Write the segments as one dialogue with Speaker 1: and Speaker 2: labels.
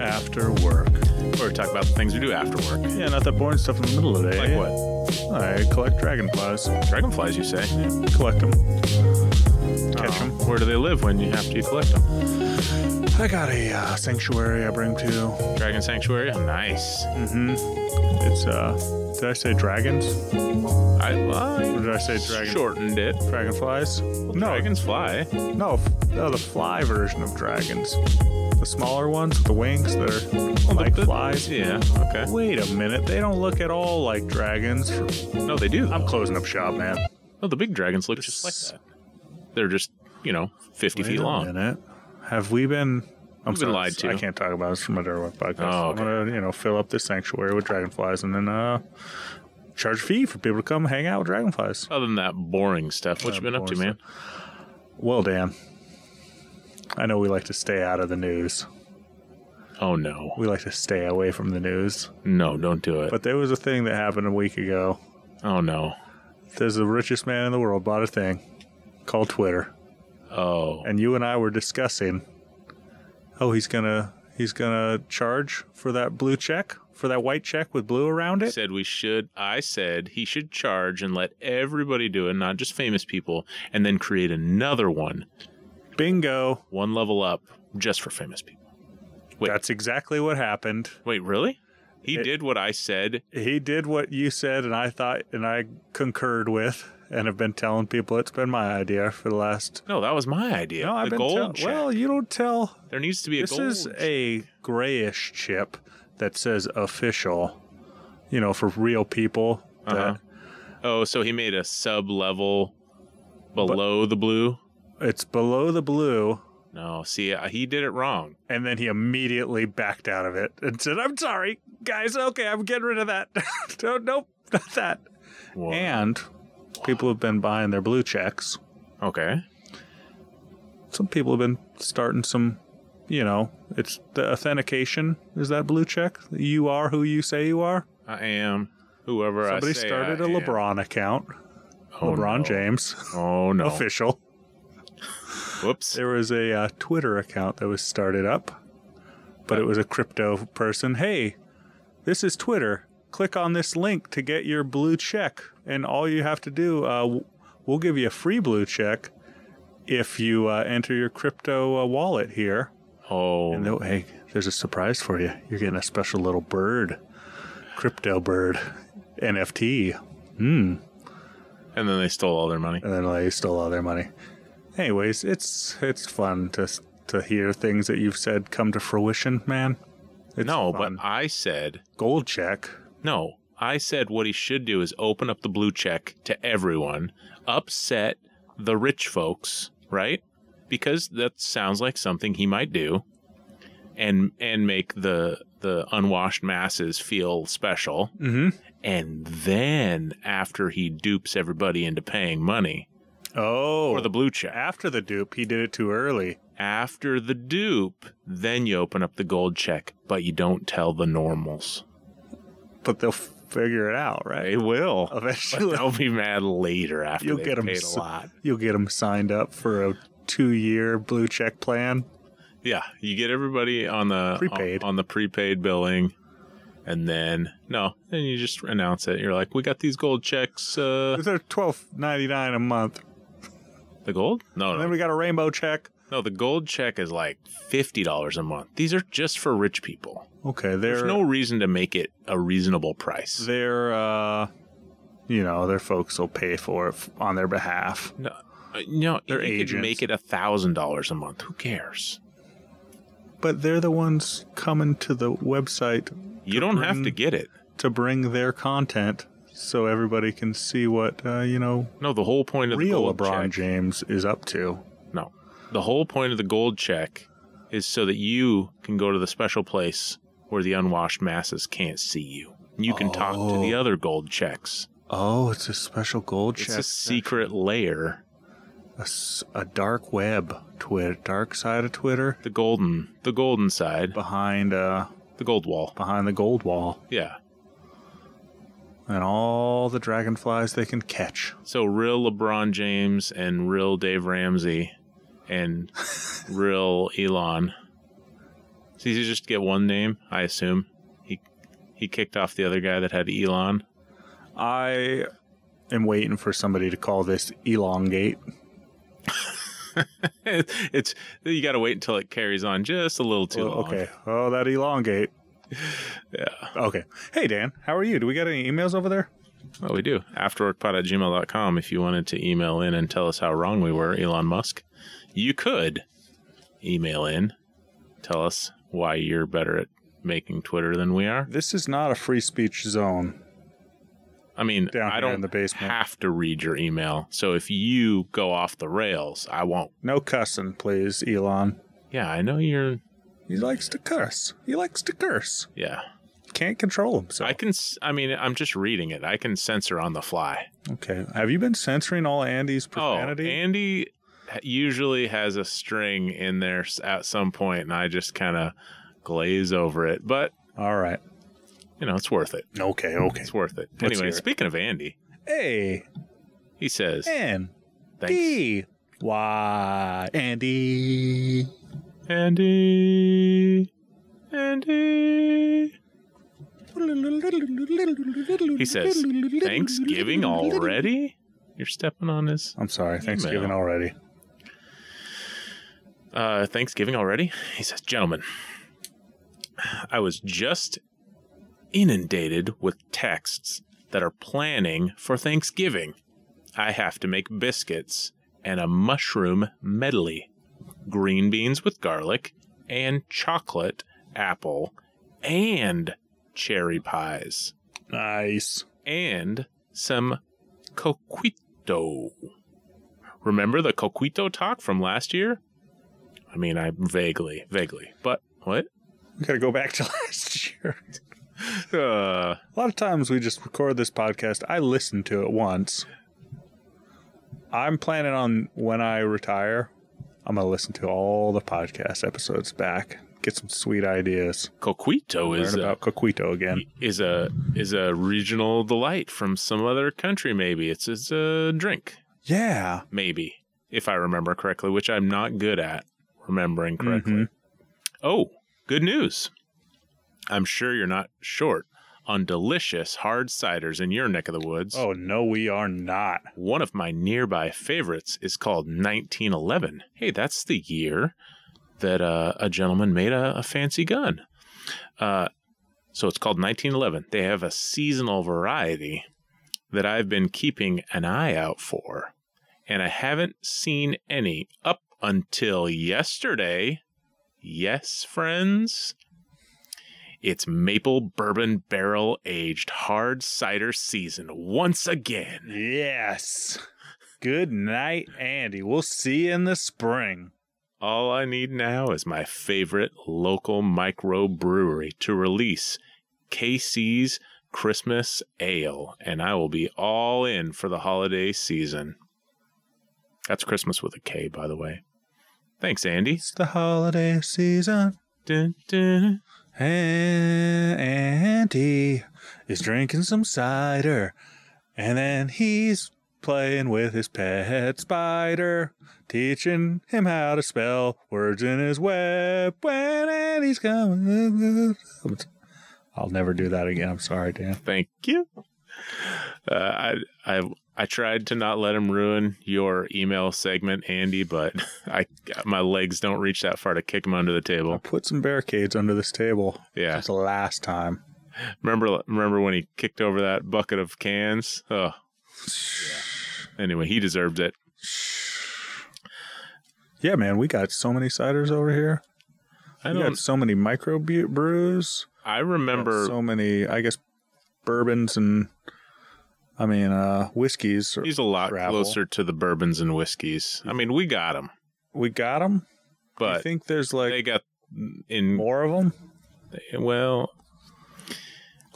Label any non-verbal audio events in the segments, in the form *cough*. Speaker 1: after work.
Speaker 2: Or talk about the things we do after work.
Speaker 1: Yeah, not that boring stuff in the middle of the day.
Speaker 2: Like what?
Speaker 1: I collect dragonflies.
Speaker 2: Dragonflies, you say?
Speaker 1: Collect them. Catch
Speaker 2: Oh,
Speaker 1: them.
Speaker 2: Where do they live when you have to collect them?
Speaker 1: I got a uh, sanctuary I bring to.
Speaker 2: Dragon Sanctuary? Oh, Nice.
Speaker 1: Mm-hmm. It's uh. Did I say dragons?
Speaker 2: I lied.
Speaker 1: Or did I say dragon?
Speaker 2: Shortened it.
Speaker 1: Dragonflies? no,
Speaker 2: Dragons fly.
Speaker 1: no, f- no, the fly version of dragons. The smaller ones with the wings that are like
Speaker 2: The-
Speaker 1: flies.
Speaker 2: Yeah, okay.
Speaker 1: Wait a minute, they don't look at all like dragons.
Speaker 2: No, they do.
Speaker 1: I'm closing up shop, man.
Speaker 2: No, the big dragons look just like
Speaker 1: This-
Speaker 2: that. They're just, you know, 50 feet long.
Speaker 1: minute. Have we been? I'm
Speaker 2: We've been lied to.
Speaker 1: I can't talk about this from a Darwin podcast.
Speaker 2: Oh, okay.
Speaker 1: I'm gonna, you know, fill up this sanctuary with dragonflies and then uh, charge a fee for people to come hang out with dragonflies.
Speaker 2: Other than that boring stuff, what
Speaker 1: Uh,
Speaker 2: you been up to,
Speaker 1: boring
Speaker 2: man?
Speaker 1: Well, Dan, I know we like to stay out of the news.
Speaker 2: Oh, no.
Speaker 1: We like to stay away from the news.
Speaker 2: No, don't do it.
Speaker 1: But there was a thing that happened a week ago.
Speaker 2: oh, no.
Speaker 1: There's the richest man in the world bought a thing called Twitter,
Speaker 2: Oh.
Speaker 1: and you and I were discussing. Oh, he's gonna he's gonna charge for that blue check for that white check with blue around it.
Speaker 2: said we should I said he should charge and let everybody do it, not just famous people, and then create another one,
Speaker 1: Bingo!
Speaker 2: one level up just for famous people. Wait.
Speaker 1: That's exactly what happened.
Speaker 2: Wait, really? He
Speaker 1: It-
Speaker 2: did what I said.
Speaker 1: He did what you said, and I thought, and I concurred with, and have been telling people it's been my idea for the last.
Speaker 2: No, that was my idea.
Speaker 1: No, I've
Speaker 2: the
Speaker 1: been
Speaker 2: gold
Speaker 1: tell-
Speaker 2: check.
Speaker 1: Well, you don't tell.
Speaker 2: there needs to be a
Speaker 1: This
Speaker 2: gold
Speaker 1: is a grayish chip that says official, you know, for real people. that-
Speaker 2: Uh-huh. Oh, so he made a sub level below the blue?
Speaker 1: It's below the blue.
Speaker 2: No, see, I- he did it wrong.
Speaker 1: And then he immediately backed out of it and said, I'm sorry, guys. Okay, I'm getting rid of that. *laughs* no, nope, not that.
Speaker 2: Whoa.
Speaker 1: And people have been buying their blue checks.
Speaker 2: Okay.
Speaker 1: Some people have been starting some, you know, it's the authentication is that blue check. You are who you say you are.
Speaker 2: I am whoever I
Speaker 1: Somebody
Speaker 2: say
Speaker 1: started
Speaker 2: I
Speaker 1: a
Speaker 2: am.
Speaker 1: LeBron account,
Speaker 2: Oh,
Speaker 1: LeBron
Speaker 2: no.
Speaker 1: James,
Speaker 2: Oh, no.
Speaker 1: *laughs* official.
Speaker 2: Whoops.
Speaker 1: There was a uh, Twitter account that was started up, but it was a crypto person. Hey, this is Twitter. Click on this link to get your blue check, and all you have to do, uh, w- we'll give you a free blue check if you uh, enter your crypto uh, wallet here.
Speaker 2: Oh,
Speaker 1: And no, hey, there's a surprise for you. You're getting a special little bird, crypto bird, NFT. Hmm.
Speaker 2: and then they stole all their money.
Speaker 1: and then they stole all their money. Anyways, it's it's fun to to hear things that you've said come to fruition, man. It's
Speaker 2: No,
Speaker 1: fun.
Speaker 2: but I said
Speaker 1: gold check.
Speaker 2: no. I said what he should do is open up the blue check to everyone, upset the rich folks, right? Because that sounds like something he might do, and and make the the unwashed masses feel special.
Speaker 1: Mm-hmm.
Speaker 2: And then after he dupes everybody into paying money
Speaker 1: Oh,
Speaker 2: for the blue check,
Speaker 1: after the dupe, he did it too early.
Speaker 2: after the dupe, then you open up the gold check, but you don't tell the normals.
Speaker 1: But they'll figure it out,
Speaker 2: *laughs*
Speaker 1: right?
Speaker 2: They will. *laughs*
Speaker 1: Eventually,
Speaker 2: They'll be mad later after
Speaker 1: *laughs* You'll
Speaker 2: they've
Speaker 1: get 'em
Speaker 2: paid a
Speaker 1: so-
Speaker 2: lot.
Speaker 1: you'll get them signed up for a two-year blue check plan.
Speaker 2: Yeah, you get everybody on the
Speaker 1: Prepaid.
Speaker 2: on, on the prepaid billing, and then no, then you just announce it. You're like, we got these gold checks. Uh,
Speaker 1: *laughs* They're twelve ninety nine a month,
Speaker 2: the gold? No,
Speaker 1: and then
Speaker 2: no,
Speaker 1: we got a rainbow check.
Speaker 2: no. The gold check is like fifty dollars a month. These are just for rich people.
Speaker 1: Okay,
Speaker 2: There's
Speaker 1: they're
Speaker 2: no reason to make it a reasonable price.
Speaker 1: they're uh, you know, their folks will pay for it f- on their behalf.
Speaker 2: No, uh, no.
Speaker 1: They're
Speaker 2: you could
Speaker 1: agents.
Speaker 2: make it a thousand dollars a month. Who cares?
Speaker 1: But they're the ones coming to the website
Speaker 2: You don't have to
Speaker 1: bring-
Speaker 2: get it.
Speaker 1: to bring their content so everybody can see what, uh, you know,
Speaker 2: No, the whole point of the
Speaker 1: real
Speaker 2: gold
Speaker 1: LeBron
Speaker 2: check
Speaker 1: James is up to.
Speaker 2: No. The whole point of the gold check is so that you can go to the special place where the unwashed masses can't see you. You can talk to the
Speaker 1: Oh.
Speaker 2: other gold checks.
Speaker 1: Oh, it's a special gold
Speaker 2: It's
Speaker 1: check.
Speaker 2: a secret layer.
Speaker 1: A s- a dark web, Twitter, dark side of Twitter,
Speaker 2: The golden, the golden side,
Speaker 1: behind uh,
Speaker 2: the gold wall.
Speaker 1: behind the gold wall,
Speaker 2: Yeah.
Speaker 1: and all the dragonflies they can catch.
Speaker 2: So real LeBron James and
Speaker 1: *laughs*
Speaker 2: real Dave Ramsey and real Elon It's easy just to get one name, I assume. He he kicked off the other guy that had Elon.
Speaker 1: I am waiting for somebody to call this elongate.
Speaker 2: *laughs* it's you got to wait until it carries on just a little too
Speaker 1: Oh,
Speaker 2: long.
Speaker 1: okay. Oh, that elongate.
Speaker 2: *laughs* Yeah.
Speaker 1: Okay. Hey, Dan, how are you? Do we got any emails over there?
Speaker 2: Well, we do. Afterworkpod at gmail.com. If you wanted to email in and tell us how wrong we were, Elon Musk, you could email in, tell us why you're better at making Twitter than we are.
Speaker 1: This is not a free speech zone.
Speaker 2: I mean,
Speaker 1: Down
Speaker 2: I
Speaker 1: here
Speaker 2: don't
Speaker 1: in the basement.
Speaker 2: have to read your email. So if you go off the rails, I won't.
Speaker 1: No cussing, please, Elon.
Speaker 2: Yeah, I know you're.
Speaker 1: He likes to curse. He likes to curse.
Speaker 2: Yeah.
Speaker 1: Can't control himself.
Speaker 2: I can. s- I mean, I'm just reading it. I can censor on the fly.
Speaker 1: Okay. Have you been censoring all Andy's
Speaker 2: Oh,
Speaker 1: profanity?
Speaker 2: Andy usually has a string in there s- at some point, and I just kind of glaze over it. But
Speaker 1: all right.
Speaker 2: you know, it's worth it.
Speaker 1: Okay. Okay.
Speaker 2: It's worth it.
Speaker 1: Let's hear
Speaker 2: anyway,
Speaker 1: it.
Speaker 2: speaking of Andy,
Speaker 1: A
Speaker 2: he says,
Speaker 1: N
Speaker 2: "Thanks,
Speaker 1: D Y Andy.
Speaker 2: Andy." Andy.
Speaker 1: He
Speaker 2: He says, "Thanksgiving already? You're stepping on his
Speaker 1: I'm sorry. Thanksgiving
Speaker 2: Email.
Speaker 1: already.
Speaker 2: uh, Thanksgiving already?" He says, "Gentlemen, I was just inundated with texts that are planning for Thanksgiving. I have to make biscuits and a mushroom medley, green beans with garlic, and chocolate, apple, and cherry pies,
Speaker 1: Nice.
Speaker 2: and some coquito. Remember the coquito talk from last year? I mean, I vaguely, vaguely, but what?
Speaker 1: We gotta go back *laughs* to last year.
Speaker 2: Uh,
Speaker 1: A lot of times we just record this podcast. I listen to it once. I'm planning on when I retire, I'm gonna listen to all the podcast episodes back, get some sweet ideas,
Speaker 2: coquito
Speaker 1: learn
Speaker 2: is a,
Speaker 1: about Coquito again.
Speaker 2: is a is a regional delight from some other country. Maybe it's it's a drink.
Speaker 1: Yeah,
Speaker 2: Maybe if I remember correctly, which I'm not good at remembering correctly.
Speaker 1: Mhm.
Speaker 2: Oh, good news! I'm sure you're not short on delicious hard ciders in your neck of the woods.
Speaker 1: Oh no, we are not.
Speaker 2: One of my nearby favorites is called 1911. Hey, that's the year that uh, a gentleman made a, a fancy gun. Uh, so it's called 1911. They have a seasonal variety that I've been keeping an eye out for, and I haven't seen any up until yesterday. Yes, friends. It's maple bourbon barrel aged hard cider season once again.
Speaker 1: Yes. Good night, Andy. We'll see you in the spring.
Speaker 2: All I need now is my favorite local microbrewery to release KC's Christmas Ale, and I will be all in for the holiday season. That's Christmas with a K, by the way. Thanks, Andy.
Speaker 1: It's the holiday season,
Speaker 2: Dun, dun.
Speaker 1: and Andy is drinking some cider, and then he's playing with his pet spider, teaching him how to spell words in his web. When Andy's coming, I'll never do that again. I'm sorry, Dan.
Speaker 2: Thank you. Uh, I, I I tried to not let him ruin your email segment, Andy, but *laughs* I my legs don't reach that far to kick him under the
Speaker 1: I'll
Speaker 2: table.
Speaker 1: put some barricades under this table.
Speaker 2: Yeah.
Speaker 1: That's the last time.
Speaker 2: Remember, remember when he kicked over that bucket of cans? Oh, anyway, he deserved it.
Speaker 1: Yeah, man, we got so many ciders over here.
Speaker 2: I
Speaker 1: we
Speaker 2: don't.
Speaker 1: got so many micro bu- brews.
Speaker 2: I
Speaker 1: We got
Speaker 2: remember.
Speaker 1: so many, I guess, bourbons and I mean, uh, whiskeys.
Speaker 2: he's a lot
Speaker 1: Travel.
Speaker 2: closer to the bourbons and whiskeys. I mean, we got him,
Speaker 1: We got them. I
Speaker 2: but
Speaker 1: think there's like
Speaker 2: they got in.
Speaker 1: more of them.
Speaker 2: Well,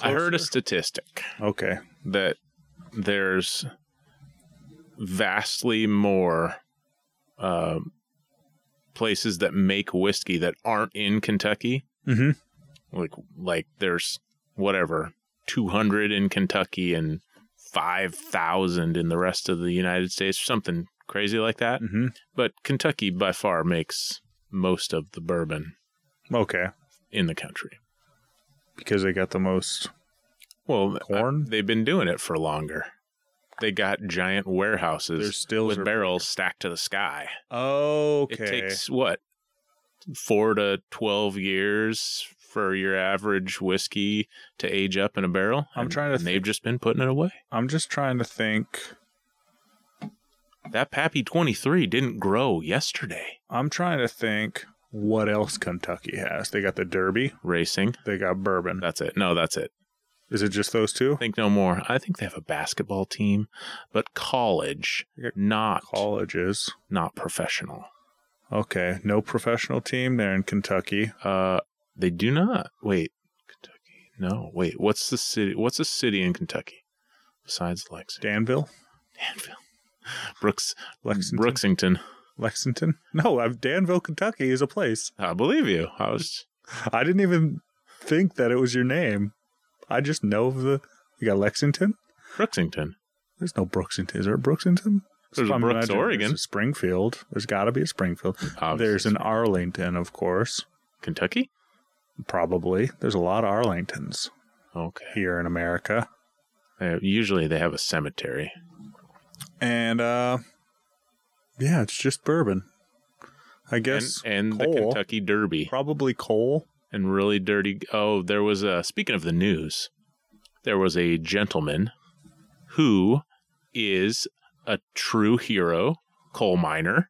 Speaker 2: I heard a
Speaker 1: Closer?
Speaker 2: statistic
Speaker 1: Okay.
Speaker 2: that there's vastly more um, places that make whiskey that aren't in Kentucky
Speaker 1: Mm-hmm.
Speaker 2: like like there's whatever 200 in Kentucky and 5,000 in the rest of the United States or something crazy like that.
Speaker 1: Mm-hmm.
Speaker 2: But Kentucky by far makes most of the bourbon.
Speaker 1: Okay.
Speaker 2: in the country.
Speaker 1: because they got the most.
Speaker 2: Well,
Speaker 1: Corn?
Speaker 2: uh, they've been doing it for longer. They got giant warehouses
Speaker 1: Their stills
Speaker 2: with
Speaker 1: are-
Speaker 2: barrels stacked to the sky.
Speaker 1: Okay.
Speaker 2: It takes what four to twelve years for your average whiskey to age up in a barrel.
Speaker 1: I'm
Speaker 2: and-
Speaker 1: trying to
Speaker 2: and they've just been putting it away.
Speaker 1: I'm just trying to think.
Speaker 2: That Pappy 23 didn't grow yesterday.
Speaker 1: I'm trying to think what else Kentucky has. They got the Derby.
Speaker 2: Racing.
Speaker 1: They got bourbon.
Speaker 2: That's it. No, that's it.
Speaker 1: Is it just those two?
Speaker 2: Think no more. I think they have a basketball team, but college,
Speaker 1: Okay.
Speaker 2: not
Speaker 1: Colleges.
Speaker 2: not professional.
Speaker 1: Okay. No professional team there in Kentucky.
Speaker 2: Uh, they do not. Wait, Kentucky. No, wait. What's the city? What's a city in Kentucky besides Lexington?
Speaker 1: Danville,
Speaker 2: Danville. *laughs* Brooks.
Speaker 1: Lexington,
Speaker 2: Brookington.
Speaker 1: Lexington. *laughs* No, I'm, Danville, Kentucky is a place.
Speaker 2: I believe you. I was.
Speaker 1: I didn't even think that it was your name. I just know of the. You got Lexington.
Speaker 2: Brookington.
Speaker 1: There's no Brooksington. Is there a Brooksington?
Speaker 2: There's a
Speaker 1: I'm
Speaker 2: Brooks,
Speaker 1: imagining
Speaker 2: Oregon.
Speaker 1: There's a Springfield. There's got to be a Springfield.
Speaker 2: Obviously.
Speaker 1: There's an Arlington, of course.
Speaker 2: Kentucky.
Speaker 1: Probably. There's a lot of Arlingtons
Speaker 2: Okay.
Speaker 1: here in America.
Speaker 2: Uh, usually they have a cemetery.
Speaker 1: And uh yeah, it's just bourbon. I guess
Speaker 2: and and the
Speaker 1: coal.
Speaker 2: Kentucky Derby.
Speaker 1: probably coal.
Speaker 2: and really dirty. Oh, there was a. Speaking of the news, there was a gentleman who is a true hero, coal miner,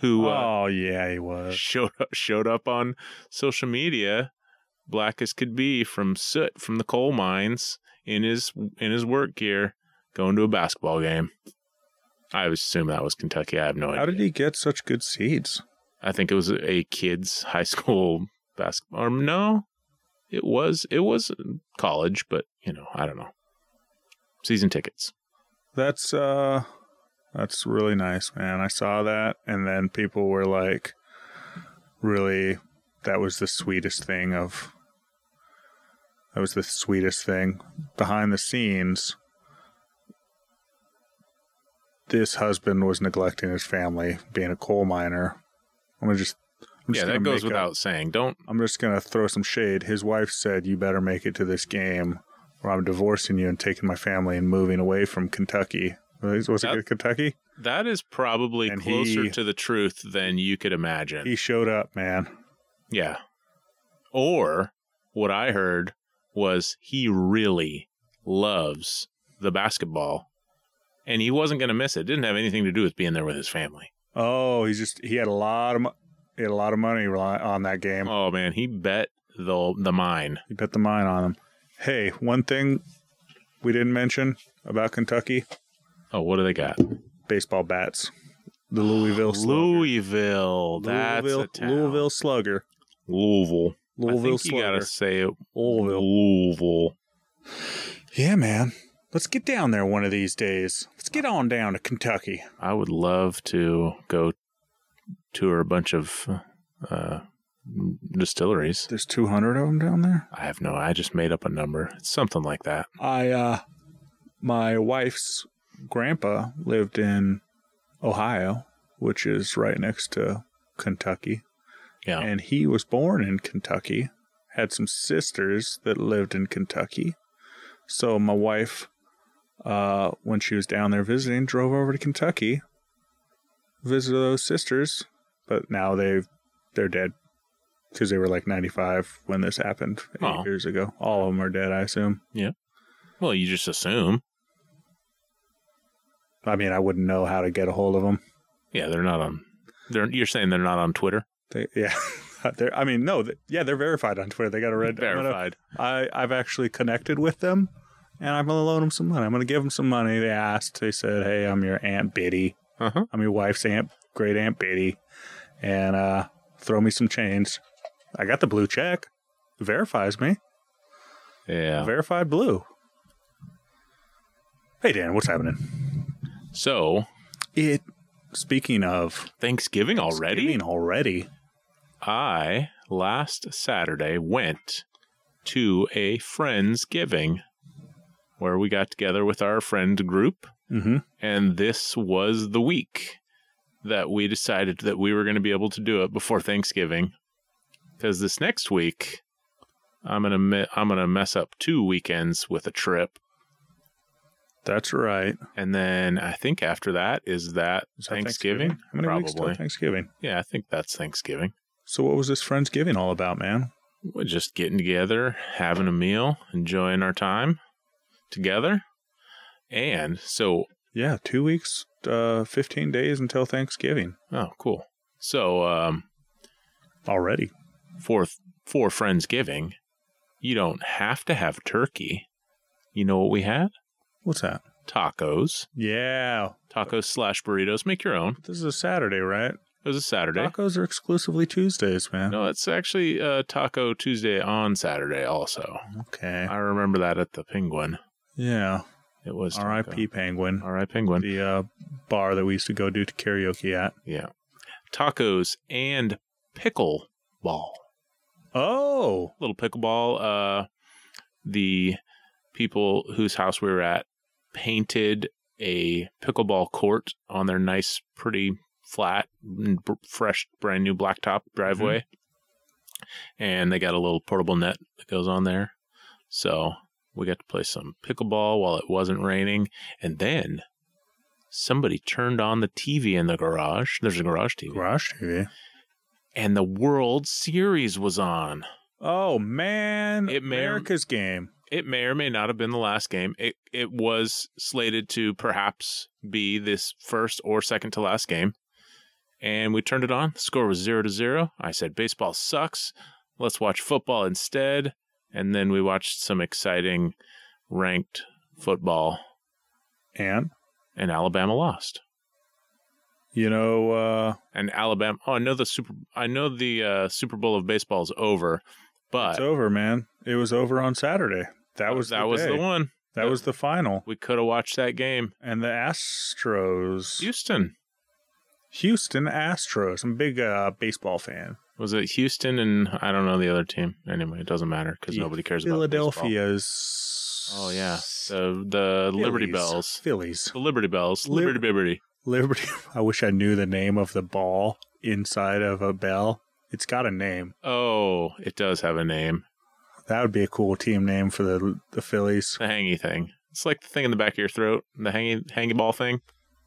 Speaker 2: who uh,
Speaker 1: oh yeah, he was.
Speaker 2: showed up, showed up on social media, black as could be, from soot from the coal mines in his in his work gear, going to a basketball game. I assume that was Kentucky. I have no idea.
Speaker 1: How did he get such good seeds?
Speaker 2: I think it was a kids' *laughs* high school basketball. Or no, it was it was college, but you know I don't know. Season tickets.
Speaker 1: That's uh that's really nice, man. I saw that and then people were like really that was the sweetest thing of that was the sweetest thing behind the scenes. This husband was neglecting his family, being a coal miner. I'm gonna just I'm just
Speaker 2: yeah, that
Speaker 1: gonna
Speaker 2: goes
Speaker 1: make up-
Speaker 2: without saying. Don't
Speaker 1: I'm just gonna throw some shade. His wife said, "You better make it to this game, or I'm divorcing you and taking my family and moving away from Kentucky." Was was it
Speaker 2: That-
Speaker 1: Kentucky?
Speaker 2: that is probably
Speaker 1: And
Speaker 2: closer
Speaker 1: he-
Speaker 2: to the truth than you could imagine.
Speaker 1: He showed up, man.
Speaker 2: yeah. Or what I heard was he really loves the basketball, and he wasn't going to miss it. Didn't have anything to do with being there with his family.
Speaker 1: Oh, he's just he had a lot of mo- he had a lot of money rely- on that game.
Speaker 2: Oh man, he bet the the mine.
Speaker 1: He bet the mine on him. Hey, one thing we didn't mention about Kentucky:
Speaker 2: Oh, what do they got?
Speaker 1: baseball bats.
Speaker 2: *gasps*
Speaker 1: The Louisville Slugger.
Speaker 2: Louisville. That's
Speaker 1: Louisville,
Speaker 2: a town.
Speaker 1: Louisville Slugger.
Speaker 2: Louisville. I
Speaker 1: Louisville
Speaker 2: think you
Speaker 1: Slugger.
Speaker 2: gotta say it.
Speaker 1: Louisville.
Speaker 2: Louisville.
Speaker 1: Yeah, man. Let's get down there one of these days. Let's get on down to Kentucky.
Speaker 2: I would love to go tour a bunch of uh, distilleries.
Speaker 1: There's 200 of them down there.
Speaker 2: I have no. I just made up a number. It's something like that.
Speaker 1: I, uh, my wife's grandpa lived in Ohio, which is right next to Kentucky.
Speaker 2: Yeah.
Speaker 1: And he was born in Kentucky, had some sisters that lived in Kentucky. So my wife, uh, when she was down there visiting, drove over to Kentucky, visited those sisters, but now they've they're dead because they were like 95 when this happened eight
Speaker 2: Oh.
Speaker 1: years ago. All of them are dead, I assume.
Speaker 2: Well, you just assume.
Speaker 1: I mean, I wouldn't know how to get a hold of them.
Speaker 2: Yeah, they're not on. They're. You're saying they're not on Twitter.
Speaker 1: They, *laughs* yeah. They're, I mean, no, th yeah, they're verified on Twitter. They got a red. I'm gonna-
Speaker 2: Verified.
Speaker 1: I, I've actually connected with them, and I'm gonna loan them some money. I'm gonna give them some money. They asked. They said, "Hey, I'm your aunt Biddy.
Speaker 2: Uh huh.
Speaker 1: I'm your wife's aunt, great aunt Biddy, and uh, throw me some change. I got the blue check. Verifies me.
Speaker 2: Yeah.
Speaker 1: Verified blue. Hey Dan, what's happening?
Speaker 2: So
Speaker 1: It. Speaking of
Speaker 2: Thanksgiving already.
Speaker 1: Thanksgiving already.
Speaker 2: I last Saturday went to a friends giving where we got together with our friend group
Speaker 1: Mm-hmm.
Speaker 2: and this was the week that we decided that we were going to be able to do it before Thanksgiving. because this next week I'm gonna me- I'm gonna mess up two weekends with a trip,
Speaker 1: That's right.
Speaker 2: and then I think after that is that
Speaker 1: Is that
Speaker 2: Thanksgiving.
Speaker 1: How many weeks till
Speaker 2: Probably.
Speaker 1: Thanksgiving?
Speaker 2: Yeah, I think that's Thanksgiving.
Speaker 1: So what was this Friendsgiving all about, man?
Speaker 2: We're just getting together, having a meal, enjoying our time together, and so
Speaker 1: Yeah, two weeks, uh, 15 days until Thanksgiving
Speaker 2: oh, cool. So um,
Speaker 1: already.
Speaker 2: for for Friendsgiving, you don't have to have turkey. You know what we had?
Speaker 1: What's that?
Speaker 2: Tacos,
Speaker 1: Yeah.
Speaker 2: tacos slash burritos. Make your own.
Speaker 1: This is a Saturday, right?
Speaker 2: It was a Saturday.
Speaker 1: Tacos are exclusively Tuesdays, man.
Speaker 2: No, it's actually uh, Taco Tuesday on Saturday. Also,
Speaker 1: Okay.
Speaker 2: I remember that at the Penguin.
Speaker 1: Yeah.
Speaker 2: It was Taco.
Speaker 1: R.I.P. Penguin.
Speaker 2: R.I. Penguin.
Speaker 1: The uh, bar that we used to go do to karaoke at.
Speaker 2: Yeah, tacos and pickleball.
Speaker 1: Oh,
Speaker 2: Little pickleball. Uh, the people whose house we were at painted a pickleball court on their nice, pretty flat, n- br- fresh, brand new blacktop driveway, and they got a little portable net that goes on there. So we got to play some pickleball while it wasn't raining, and then somebody turned on the TV in the garage. There's a garage TV,
Speaker 1: garage TV.
Speaker 2: and the World Series was on.
Speaker 1: Oh, man.
Speaker 2: It may or-
Speaker 1: America's game.
Speaker 2: It may or may not have been the last game. It it was slated to perhaps be this first or second to last game. And we turned it on. The score was 0 to 0. I said baseball sucks. Let's watch football instead. And then we watched some exciting ranked football
Speaker 1: And,
Speaker 2: and Alabama lost.
Speaker 1: you know, uh,
Speaker 2: And Alabama Oh, I know the Super I know the uh, Super Bowl of baseball is over,
Speaker 1: it's
Speaker 2: but
Speaker 1: over, man. It was over on Saturday. That was
Speaker 2: that
Speaker 1: the
Speaker 2: was
Speaker 1: day.
Speaker 2: the one.
Speaker 1: That was the final.
Speaker 2: We could have watched that game.
Speaker 1: And the Astros.
Speaker 2: Houston.
Speaker 1: Houston Astros. I'm a big uh, baseball fan.
Speaker 2: Was it Houston and I don't know the other team? Anyway, it doesn't matter because
Speaker 1: Yeah,
Speaker 2: nobody cares about
Speaker 1: Philadelphia's.
Speaker 2: baseball. Oh yeah, the the Liberty
Speaker 1: Phillies.
Speaker 2: Bells,
Speaker 1: Phillies.
Speaker 2: the Liberty Bells,
Speaker 1: Lib-
Speaker 2: Liberty Bibbity.
Speaker 1: Liberty. *laughs* I wish I knew the name of the ball inside of a bell. It's got a name.
Speaker 2: Oh, it does have a name.
Speaker 1: That would be a cool team name for the the Phillies.
Speaker 2: The hangy thing. It's like the thing in the back of your throat, the hangy hangy ball thing.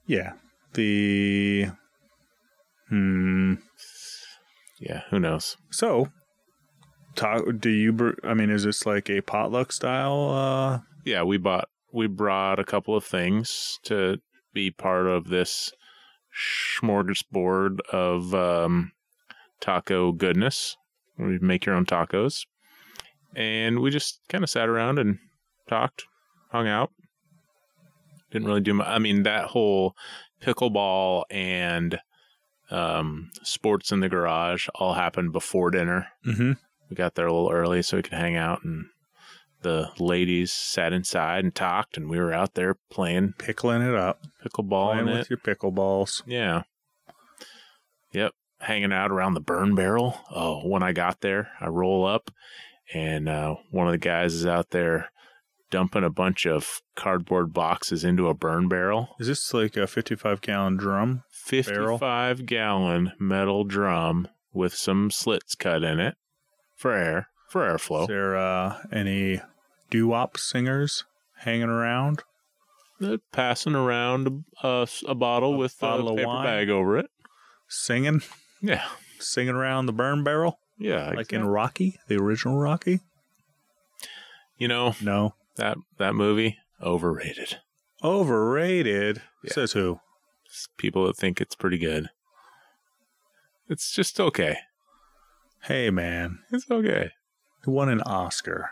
Speaker 1: Yeah. The. Hmm.
Speaker 2: Yeah, who knows?
Speaker 1: So, talk, do you? br- I mean, is this like a potluck style? Uh,
Speaker 2: Yeah, we bought we brought a couple of things to be part of this smorgasbord of um, taco goodness. We make your own tacos, and we just kind of sat around and talked, hung out. Didn't really do much. I mean, that whole pickleball and um, sports in the garage all happened before dinner
Speaker 1: mm-hmm.
Speaker 2: we got there a little early so we could hang out and the ladies sat inside and talked and we were out there playing
Speaker 1: Pickling it up.
Speaker 2: pickleball
Speaker 1: Playing
Speaker 2: and
Speaker 1: with
Speaker 2: it
Speaker 1: your pickle balls.
Speaker 2: yeah yep hanging out around the burn barrel oh when i got there i roll up and uh, one of the guys is out there dumping a bunch of cardboard boxes into a burn barrel
Speaker 1: Is this like a 55 gallon drum?
Speaker 2: 55 gallon metal drum with some slits cut in it for air for airflow
Speaker 1: Is there uh, any doo wop singers hanging around?
Speaker 2: They're uh, passing around a, a, a bottle
Speaker 1: A
Speaker 2: with
Speaker 1: bottle
Speaker 2: a
Speaker 1: of
Speaker 2: paper
Speaker 1: wine.
Speaker 2: bag over it.
Speaker 1: Singing?
Speaker 2: Yeah,
Speaker 1: Singing around the burn barrel?
Speaker 2: yeah.
Speaker 1: Like
Speaker 2: exactly.
Speaker 1: in Rocky? The original Rocky?
Speaker 2: you know
Speaker 1: No.
Speaker 2: that that movie overrated.
Speaker 1: Overrated?
Speaker 2: Yeah.
Speaker 1: Says who?
Speaker 2: It's people that think it's pretty good. It's just okay.
Speaker 1: Hey, man.
Speaker 2: It's okay.
Speaker 1: He won an Oscar.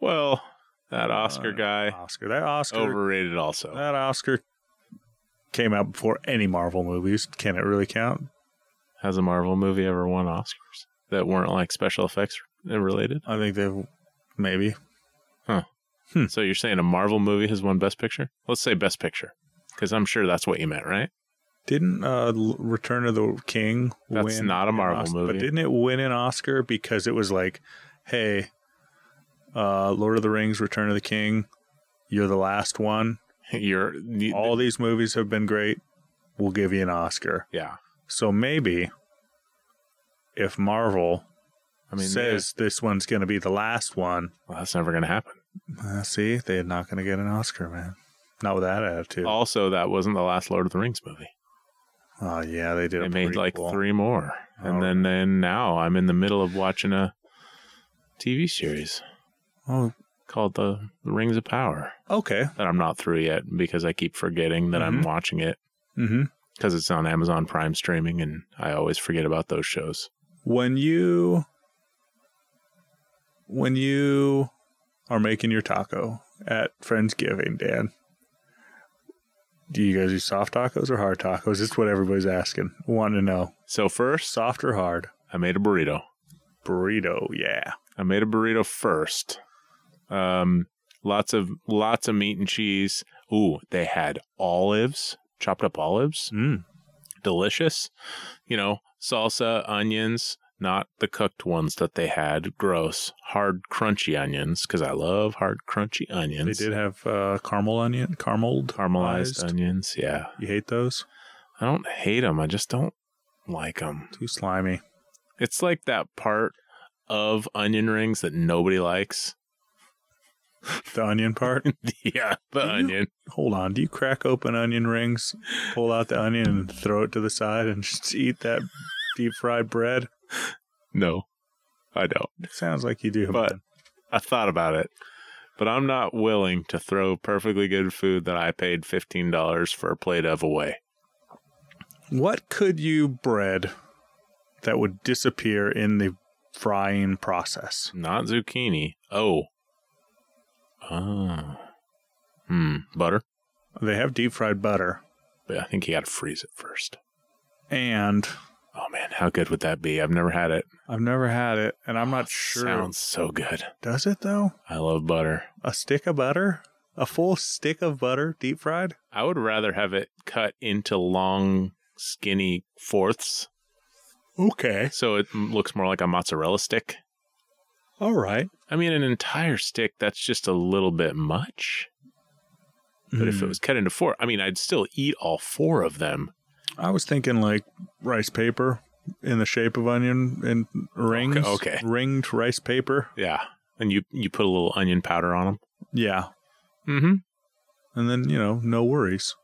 Speaker 2: Well, that Oscar
Speaker 1: Uh,
Speaker 2: guy
Speaker 1: Oscar. That Oscar. Uh,
Speaker 2: overrated also.
Speaker 1: That Oscar came out before any Marvel movies. Can it really count?
Speaker 2: Has a Marvel movie ever won Oscars that weren't like special effects related?
Speaker 1: I think they've maybe.
Speaker 2: So you're saying a Marvel movie has won Best Picture? Let's say Best Picture, because I'm sure that's what you meant, right? *laughs*
Speaker 1: Didn't uh, L- Return of the King
Speaker 2: That's
Speaker 1: win?
Speaker 2: not a
Speaker 1: an
Speaker 2: Marvel
Speaker 1: Oscar-
Speaker 2: movie.
Speaker 1: But didn't it win an Oscar because it was like, hey, uh, Lord of the Rings, Return of the King, you're the last one.
Speaker 2: You're you-
Speaker 1: All these movies have been great. We'll give you an Oscar.
Speaker 2: yeah.
Speaker 1: So maybe if Marvel
Speaker 2: I mean,
Speaker 1: says this one's going to be the last one.
Speaker 2: well, that's never going to happen.
Speaker 1: Uh, see, they're not going to get an Oscar, man. Not with that attitude. Oh,
Speaker 2: Also, that wasn't the last Lord of the Rings movie.
Speaker 1: yeah, they did.
Speaker 2: They
Speaker 1: a
Speaker 2: made like
Speaker 1: prequel.
Speaker 2: three more, and
Speaker 1: All
Speaker 2: then then now I'm in the middle of watching a TV series
Speaker 1: Oh,
Speaker 2: called The Rings of Power
Speaker 1: okay.
Speaker 2: that I'm not through yet because I keep forgetting that
Speaker 1: Mm-hmm.
Speaker 2: I'm watching it
Speaker 1: hmm
Speaker 2: because it's on Amazon Prime streaming, and I always forget about those shows.
Speaker 1: When you when you are making your taco at Friendsgiving, Dan, do you guys use soft tacos or hard tacos? It's what everybody's asking. Want to know
Speaker 2: So first,
Speaker 1: soft or hard
Speaker 2: I made a burrito.
Speaker 1: burrito? Yeah.
Speaker 2: I made a burrito first. Um, lots of lots of meat and cheese. Ooh, they had olives, chopped up olives,
Speaker 1: Mm.
Speaker 2: delicious. You know, salsa, onions, not the cooked ones that they had. Gross, hard, crunchy onions because I love hard, crunchy
Speaker 1: They
Speaker 2: onions.
Speaker 1: did have uh, caramel onion, carameled,
Speaker 2: caramelized onions. Yeah,
Speaker 1: You hate those?
Speaker 2: I don't hate them. I just don't like them.
Speaker 1: Too slimy.
Speaker 2: It's like that part of onion rings that nobody likes. *laughs*
Speaker 1: The onion part.
Speaker 2: yeah, the
Speaker 1: Do you-
Speaker 2: onion.
Speaker 1: Hold on. Do you crack open onion rings, pull out the onion, and throw it to the side and just eat that deep fried bread?
Speaker 2: No, I don't.
Speaker 1: Sounds like you do.
Speaker 2: But-
Speaker 1: man.
Speaker 2: I thought about it, but I'm not willing to throw perfectly good food that I paid $15 for a plate of away.
Speaker 1: what could you bread that would disappear in the frying process?
Speaker 2: Not zucchini. Oh. Oh. Hmm. Butter?
Speaker 1: They have deep fried butter,
Speaker 2: But I think you got to freeze it first.
Speaker 1: and
Speaker 2: Oh, man. How good would that be? I've never had it.
Speaker 1: I've never had it, and I'm not sure.
Speaker 2: Sounds so good.
Speaker 1: Does it though?
Speaker 2: I love butter.
Speaker 1: A stick of butter, a full stick of butter, deep fried.
Speaker 2: I would rather have it cut into long, skinny fourths
Speaker 1: Okay,
Speaker 2: so it m- looks more like a mozzarella stick.
Speaker 1: all right.
Speaker 2: I mean, an entire stick, that's just a little bit much. But
Speaker 1: Mm.
Speaker 2: if it was cut into four, I mean, I'd still eat all four of them.
Speaker 1: I was thinking like rice paper in the shape of onion and rings.
Speaker 2: Okay, okay.
Speaker 1: Ringed rice paper.
Speaker 2: Yeah. And you, you put a little onion powder on them.
Speaker 1: Yeah.
Speaker 2: Mm hmm.
Speaker 1: And then, you know, no worries.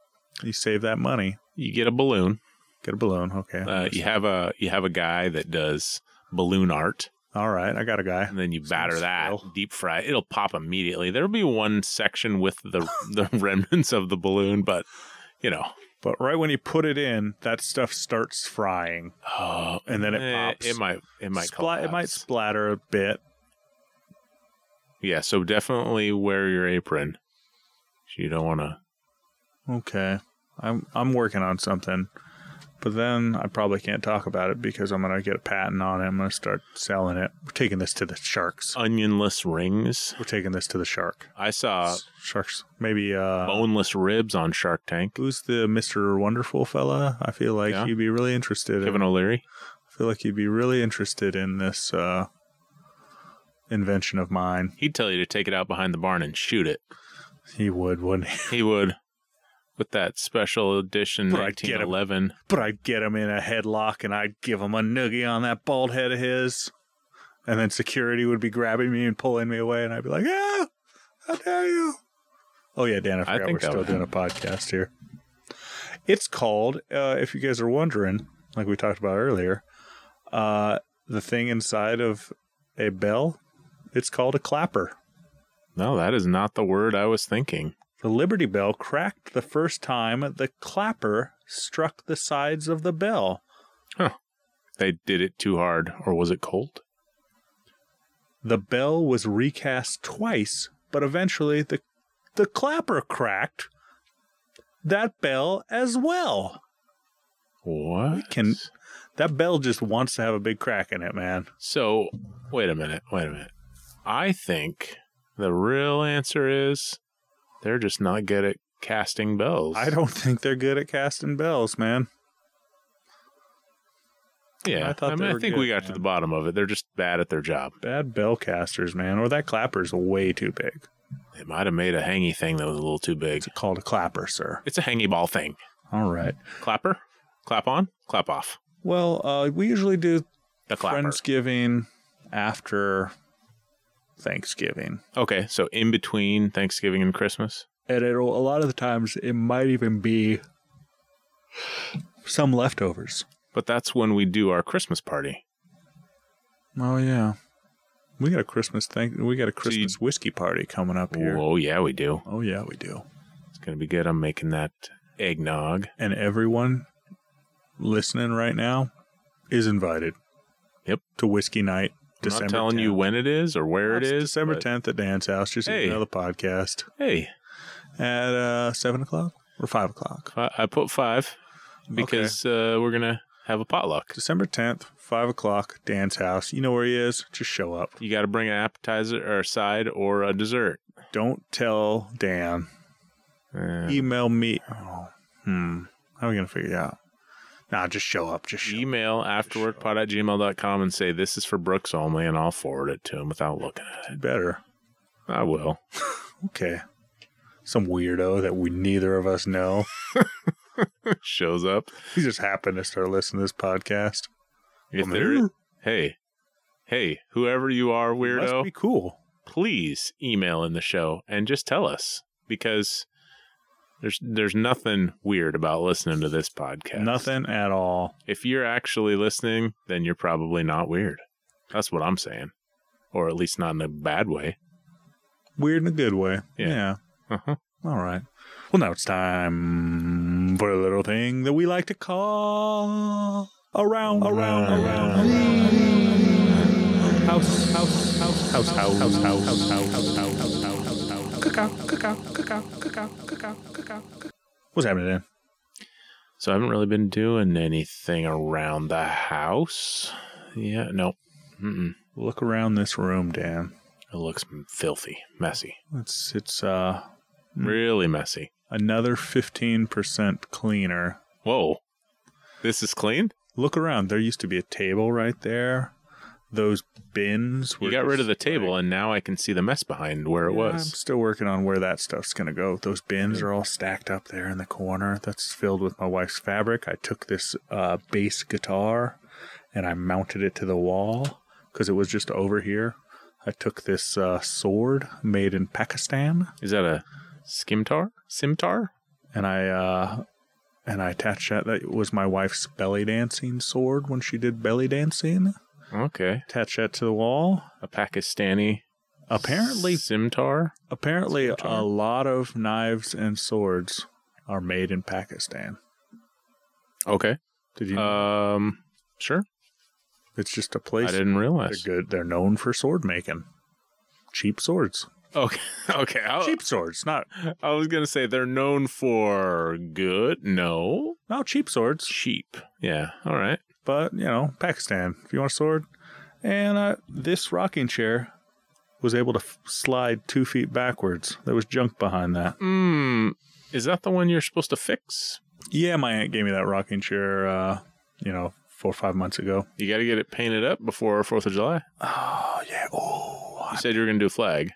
Speaker 1: You save that money.
Speaker 2: You get a balloon.
Speaker 1: Get a balloon. Okay.
Speaker 2: Uh, you have a you have a guy that does balloon art,
Speaker 1: All right. I got a guy.
Speaker 2: and then you batter
Speaker 1: Sounds
Speaker 2: that,
Speaker 1: swell.
Speaker 2: deep fry. It'll pop immediately. There'll be one section with the the *laughs* remnants of the balloon, but you know,
Speaker 1: But right when you put it in, that stuff starts frying.
Speaker 2: oh,
Speaker 1: And then it
Speaker 2: eh,
Speaker 1: pops.
Speaker 2: It might it might
Speaker 1: Splat- it might
Speaker 2: collapse.
Speaker 1: splatter a bit.
Speaker 2: Yeah, so definitely wear your apron. You don't want to.
Speaker 1: Okay. I'm I'm working on something. But then I probably can't talk about it because I'm gonna get a patent on it. I'm gonna start selling it. We're taking this to the sharks.
Speaker 2: Onionless rings.
Speaker 1: We're taking this to the shark.
Speaker 2: I saw
Speaker 1: sharks. Maybe uh
Speaker 2: boneless ribs on Shark Tank.
Speaker 1: Who's the Mr. Wonderful fella? I feel like
Speaker 2: Yeah.
Speaker 1: you'd be really interested. In,
Speaker 2: Kevin O'Leary.
Speaker 1: I feel like you'd be really interested in this uh, invention of mine.
Speaker 2: He'd tell you to take it out behind the barn and shoot it.
Speaker 1: He would, wouldn't he? *laughs*
Speaker 2: He would. With that special edition
Speaker 1: Right, get him.
Speaker 2: 1911.
Speaker 1: But I'd get him in a headlock and I'd give him a noogie on that bald head of his. And then security would be grabbing me and pulling me away, and I'd be like, "Ah, how dare you!" Oh yeah, Dan, I
Speaker 2: think
Speaker 1: forgot we're
Speaker 2: that
Speaker 1: still
Speaker 2: would-
Speaker 1: doing a podcast here. It's called, uh, if you guys are wondering, like we talked about earlier, uh, the thing inside of a bell. It's called a clapper.
Speaker 2: No, that is not the word I was thinking.
Speaker 1: The Liberty Bell cracked the first time the clapper struck the sides of the bell.
Speaker 2: They did it too hard, or was it cold?
Speaker 1: The bell was recast twice, but eventually the the clapper cracked that bell as well.
Speaker 2: What?
Speaker 1: can- That bell just wants to have a big crack in it, man.
Speaker 2: So, wait a minute. Wait a minute. I think the real answer is they're just not good at casting bells.
Speaker 1: I don't think they're good at casting bells, man.
Speaker 2: Yeah,
Speaker 1: I
Speaker 2: I,
Speaker 1: thought they
Speaker 2: mean, I
Speaker 1: were
Speaker 2: think
Speaker 1: good,
Speaker 2: we got to
Speaker 1: man.
Speaker 2: the bottom of it. They're just bad at their job.
Speaker 1: Bad bell casters, man. Or that clapper's way too big.
Speaker 2: They might have made a hangy thing that was a little too big.
Speaker 1: It's called a clapper, sir.
Speaker 2: It's a hangy ball thing.
Speaker 1: All right.
Speaker 2: Clapper, clap on, clap off.
Speaker 1: Well, uh, we usually do
Speaker 2: The clapper.
Speaker 1: Friendsgiving after Thanksgiving.
Speaker 2: Okay, so in between Thanksgiving and Christmas.
Speaker 1: And it'll a lot of the times it might even be some leftovers.
Speaker 2: But that's when we do our Christmas party.
Speaker 1: Oh yeah. We got a Christmas thing we got a Christmas whiskey party coming up here.
Speaker 2: Oh, yeah, we do.
Speaker 1: Oh yeah, we do.
Speaker 2: It's going to be good. I'm making that eggnog.
Speaker 1: And everyone listening right now is invited.
Speaker 2: Yep.
Speaker 1: To whiskey night.
Speaker 2: I'm
Speaker 1: December
Speaker 2: not telling
Speaker 1: 10th.
Speaker 2: you when it is or where it
Speaker 1: It's
Speaker 2: is.
Speaker 1: December
Speaker 2: but
Speaker 1: 10th at Dan's house. Just
Speaker 2: Hey.
Speaker 1: another podcast
Speaker 2: Hey,
Speaker 1: at uh, seven o'clock or five o'clock.
Speaker 2: I I put five because uh, we're going to have a potluck.
Speaker 1: December 10th, 5 o'clock, Dan's house. You know where he is. Just show up.
Speaker 2: You got to bring an appetizer or a side or a dessert.
Speaker 1: Don't tell Dan.
Speaker 2: Uh,
Speaker 1: Email me. Oh, hmm. How are we going to figure it out? Nah, just show up. Just show up.
Speaker 2: email afterworkpod at gmail.com and say this is for Brooks only, and I'll forward it to him without looking at it.
Speaker 1: Better.
Speaker 2: I
Speaker 1: *laughs*
Speaker 2: will.
Speaker 1: Okay. Some weirdo that we neither of us know. *laughs*
Speaker 2: Shows up.
Speaker 1: he just happened to start listening to this podcast.
Speaker 2: If
Speaker 1: Well,
Speaker 2: there,
Speaker 1: maybe
Speaker 2: hey, hey, whoever you are,
Speaker 1: it
Speaker 2: weirdo,
Speaker 1: Must be cool.
Speaker 2: please email in the show and just tell us because there's there's nothing weird about listening to this podcast.
Speaker 1: Nothing at all.
Speaker 2: If you're actually listening, then you're probably not weird. That's what I'm saying, or at least not in a bad way.
Speaker 1: Weird in a good way.
Speaker 2: Yeah.
Speaker 1: yeah.
Speaker 2: Uh-huh.
Speaker 1: All right. Well, now it's time for a little thing that we like to call around, around, around, House, house, house, house, house, house, house, house, house, house, house, house, house, house. Cacao, cacao, cacao, cacao, cacao, cacao. What's happening, Dan?
Speaker 2: So I haven't really been doing anything around the house. Yeah, no. Mm-mm.
Speaker 1: Look around this room, Dan.
Speaker 2: It looks filthy, messy,
Speaker 1: It's it's uh
Speaker 2: really messy.
Speaker 1: another fifteen percent cleaner.
Speaker 2: Whoa, this is clean.
Speaker 1: Look around. There used to be a table right there. Those bins.
Speaker 2: You
Speaker 1: were
Speaker 2: got rid of the
Speaker 1: just, like,
Speaker 2: table, and now I can see the mess behind where it
Speaker 1: Yeah, I'm
Speaker 2: was.
Speaker 1: still working on where that stuff's gonna go. Those bins are all stacked up there in the corner. That's filled with my wife's fabric. I took this uh, bass guitar and I mounted it to the wall because it was just over here. I took this uh, sword made in Pakistan
Speaker 2: Is that a skimtar? Simtar?
Speaker 1: and I uh, and I attached that. That was my wife's belly dancing sword when she did belly dancing.
Speaker 2: Okay.
Speaker 1: Attached that to the wall.
Speaker 2: A Pakistani
Speaker 1: Apparently,
Speaker 2: simtar?
Speaker 1: Apparently,
Speaker 2: Scimitar.
Speaker 1: a lot of knives and swords are made in Pakistan.
Speaker 2: Okay.
Speaker 1: Did you?
Speaker 2: Um sure.
Speaker 1: it's just a
Speaker 2: I
Speaker 1: place.
Speaker 2: didn't
Speaker 1: They're
Speaker 2: realize.
Speaker 1: good. They're known for sword making. Cheap swords.
Speaker 2: *laughs* Okay. Okay. I,
Speaker 1: Cheap swords. Not
Speaker 2: I was going to say they're known for good. No.
Speaker 1: not cheap swords,
Speaker 2: Cheap. Yeah. All right.
Speaker 1: but you know, Pakistan. If you want a sword, and uh, this rocking chair was able to f- slide two feet backwards. There was junk behind that.
Speaker 2: Mm, is that the one you're supposed to fix?
Speaker 1: Yeah, my aunt gave me that rocking chair. Uh, you know, four or five months ago.
Speaker 2: You got to get it painted up before 4th of July.
Speaker 1: Oh yeah. Oh,
Speaker 2: You said you were going to do a flag.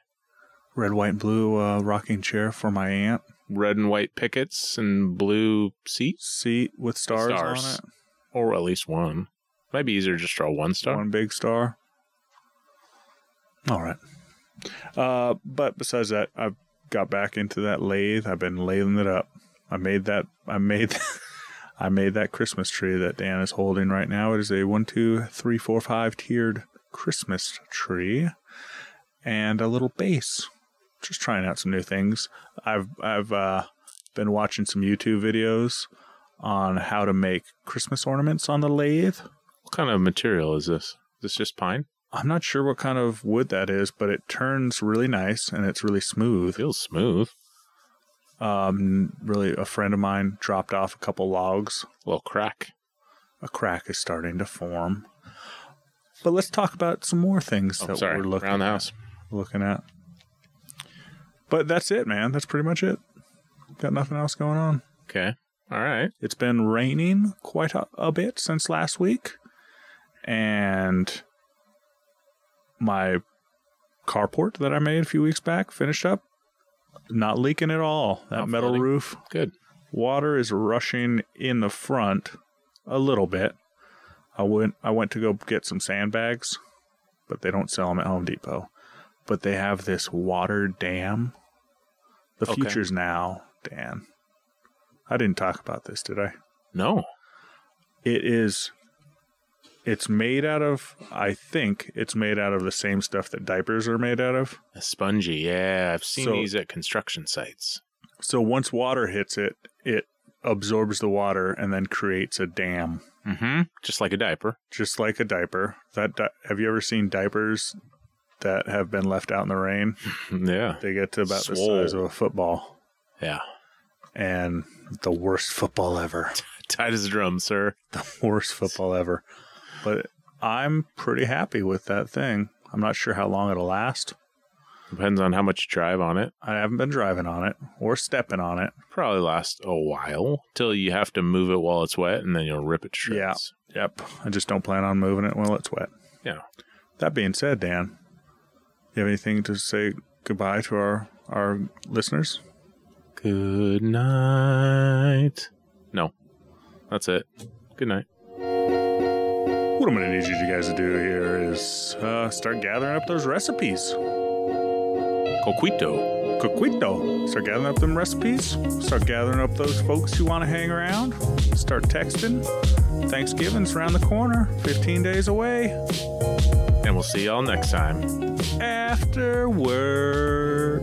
Speaker 1: red, white, and blue uh, rocking chair for my aunt.
Speaker 2: Red and white pickets and blue seats
Speaker 1: seat with stars,
Speaker 2: Stars.
Speaker 1: on
Speaker 2: or at least one. Might be easier to just draw one
Speaker 1: it.
Speaker 2: star.
Speaker 1: One big star. All right. Uh, but besides that, I've got back into that lathe. I've been lathing it up. I made that. I made. *laughs* I made that Christmas tree that Dan is holding right now. It is a one, two, three, four, five tiered Christmas tree, and a little base. Just trying out some new things. I've I've uh, been watching some YouTube videos on how to make Christmas ornaments on the lathe.
Speaker 2: What kind of material is this? Is this just pine?
Speaker 1: I'm not sure what kind of wood that is, but it turns really nice and it's really smooth.
Speaker 2: feels smooth.
Speaker 1: Um, really, a friend of mine dropped off a couple logs.
Speaker 2: little crack.
Speaker 1: A crack is starting to form. But let's talk about some more things
Speaker 2: Oh,
Speaker 1: that
Speaker 2: sorry,
Speaker 1: we're looking
Speaker 2: around the house.
Speaker 1: looking at. But that's it, man. That's pretty much it. Got nothing else going on.
Speaker 2: Okay. All right.
Speaker 1: It's been raining quite a, a bit since last week, and my carport that I made a few weeks back finished up. Not leaking at all. That
Speaker 2: Not
Speaker 1: metal
Speaker 2: flooding.
Speaker 1: roof.
Speaker 2: Good.
Speaker 1: Water is rushing in the front a little bit. I went I went to go get some sandbags, but they don't sell them at Home Depot. But they have this water dam. The
Speaker 2: Okay.
Speaker 1: future's now, Dan. I didn't talk about this, did I?
Speaker 2: No.
Speaker 1: It is. It's made out of. I think it's made out of the same stuff that diapers are made out of.
Speaker 2: A spongy. Yeah. I've seen
Speaker 1: So-
Speaker 2: these at construction sites.
Speaker 1: So once water hits it, it absorbs the water and then creates a dam,
Speaker 2: Mm hmm.
Speaker 1: Mm-hmm.
Speaker 2: Just like a diaper. *laughs*
Speaker 1: just like a diaper. That di- have you ever seen diapers that have been left out in the rain?
Speaker 2: yeah.
Speaker 1: They get to about
Speaker 2: Swole.
Speaker 1: the size of a football,
Speaker 2: Yeah. *laughs*
Speaker 1: and the worst football ever. *laughs*
Speaker 2: Tight as a drum, sir.
Speaker 1: Worst football ever. But I'm pretty happy with that thing. I'm not sure how long it'll last.
Speaker 2: Depends on how much you drive on it.
Speaker 1: I haven't been driving on it or stepping on it.
Speaker 2: Probably last a while till you have to move it while it's wet and then you'll rip it to shreds.
Speaker 1: Yeah. Yep. I just don't plan on moving it while it's wet.
Speaker 2: Yeah.
Speaker 1: That being said, Dan, you have anything to say goodbye to our our listeners?
Speaker 2: Good night. No, that's it. Good night.
Speaker 1: What I'm going to need you guys to do here is uh, start gathering up those recipes.
Speaker 2: Coquito.
Speaker 1: Coquito. Start gathering up them recipes. Start gathering up those folks who want to hang around. Start texting. Thanksgiving's around the corner, 15 days away.
Speaker 2: And we'll see y'all next time.
Speaker 1: After work.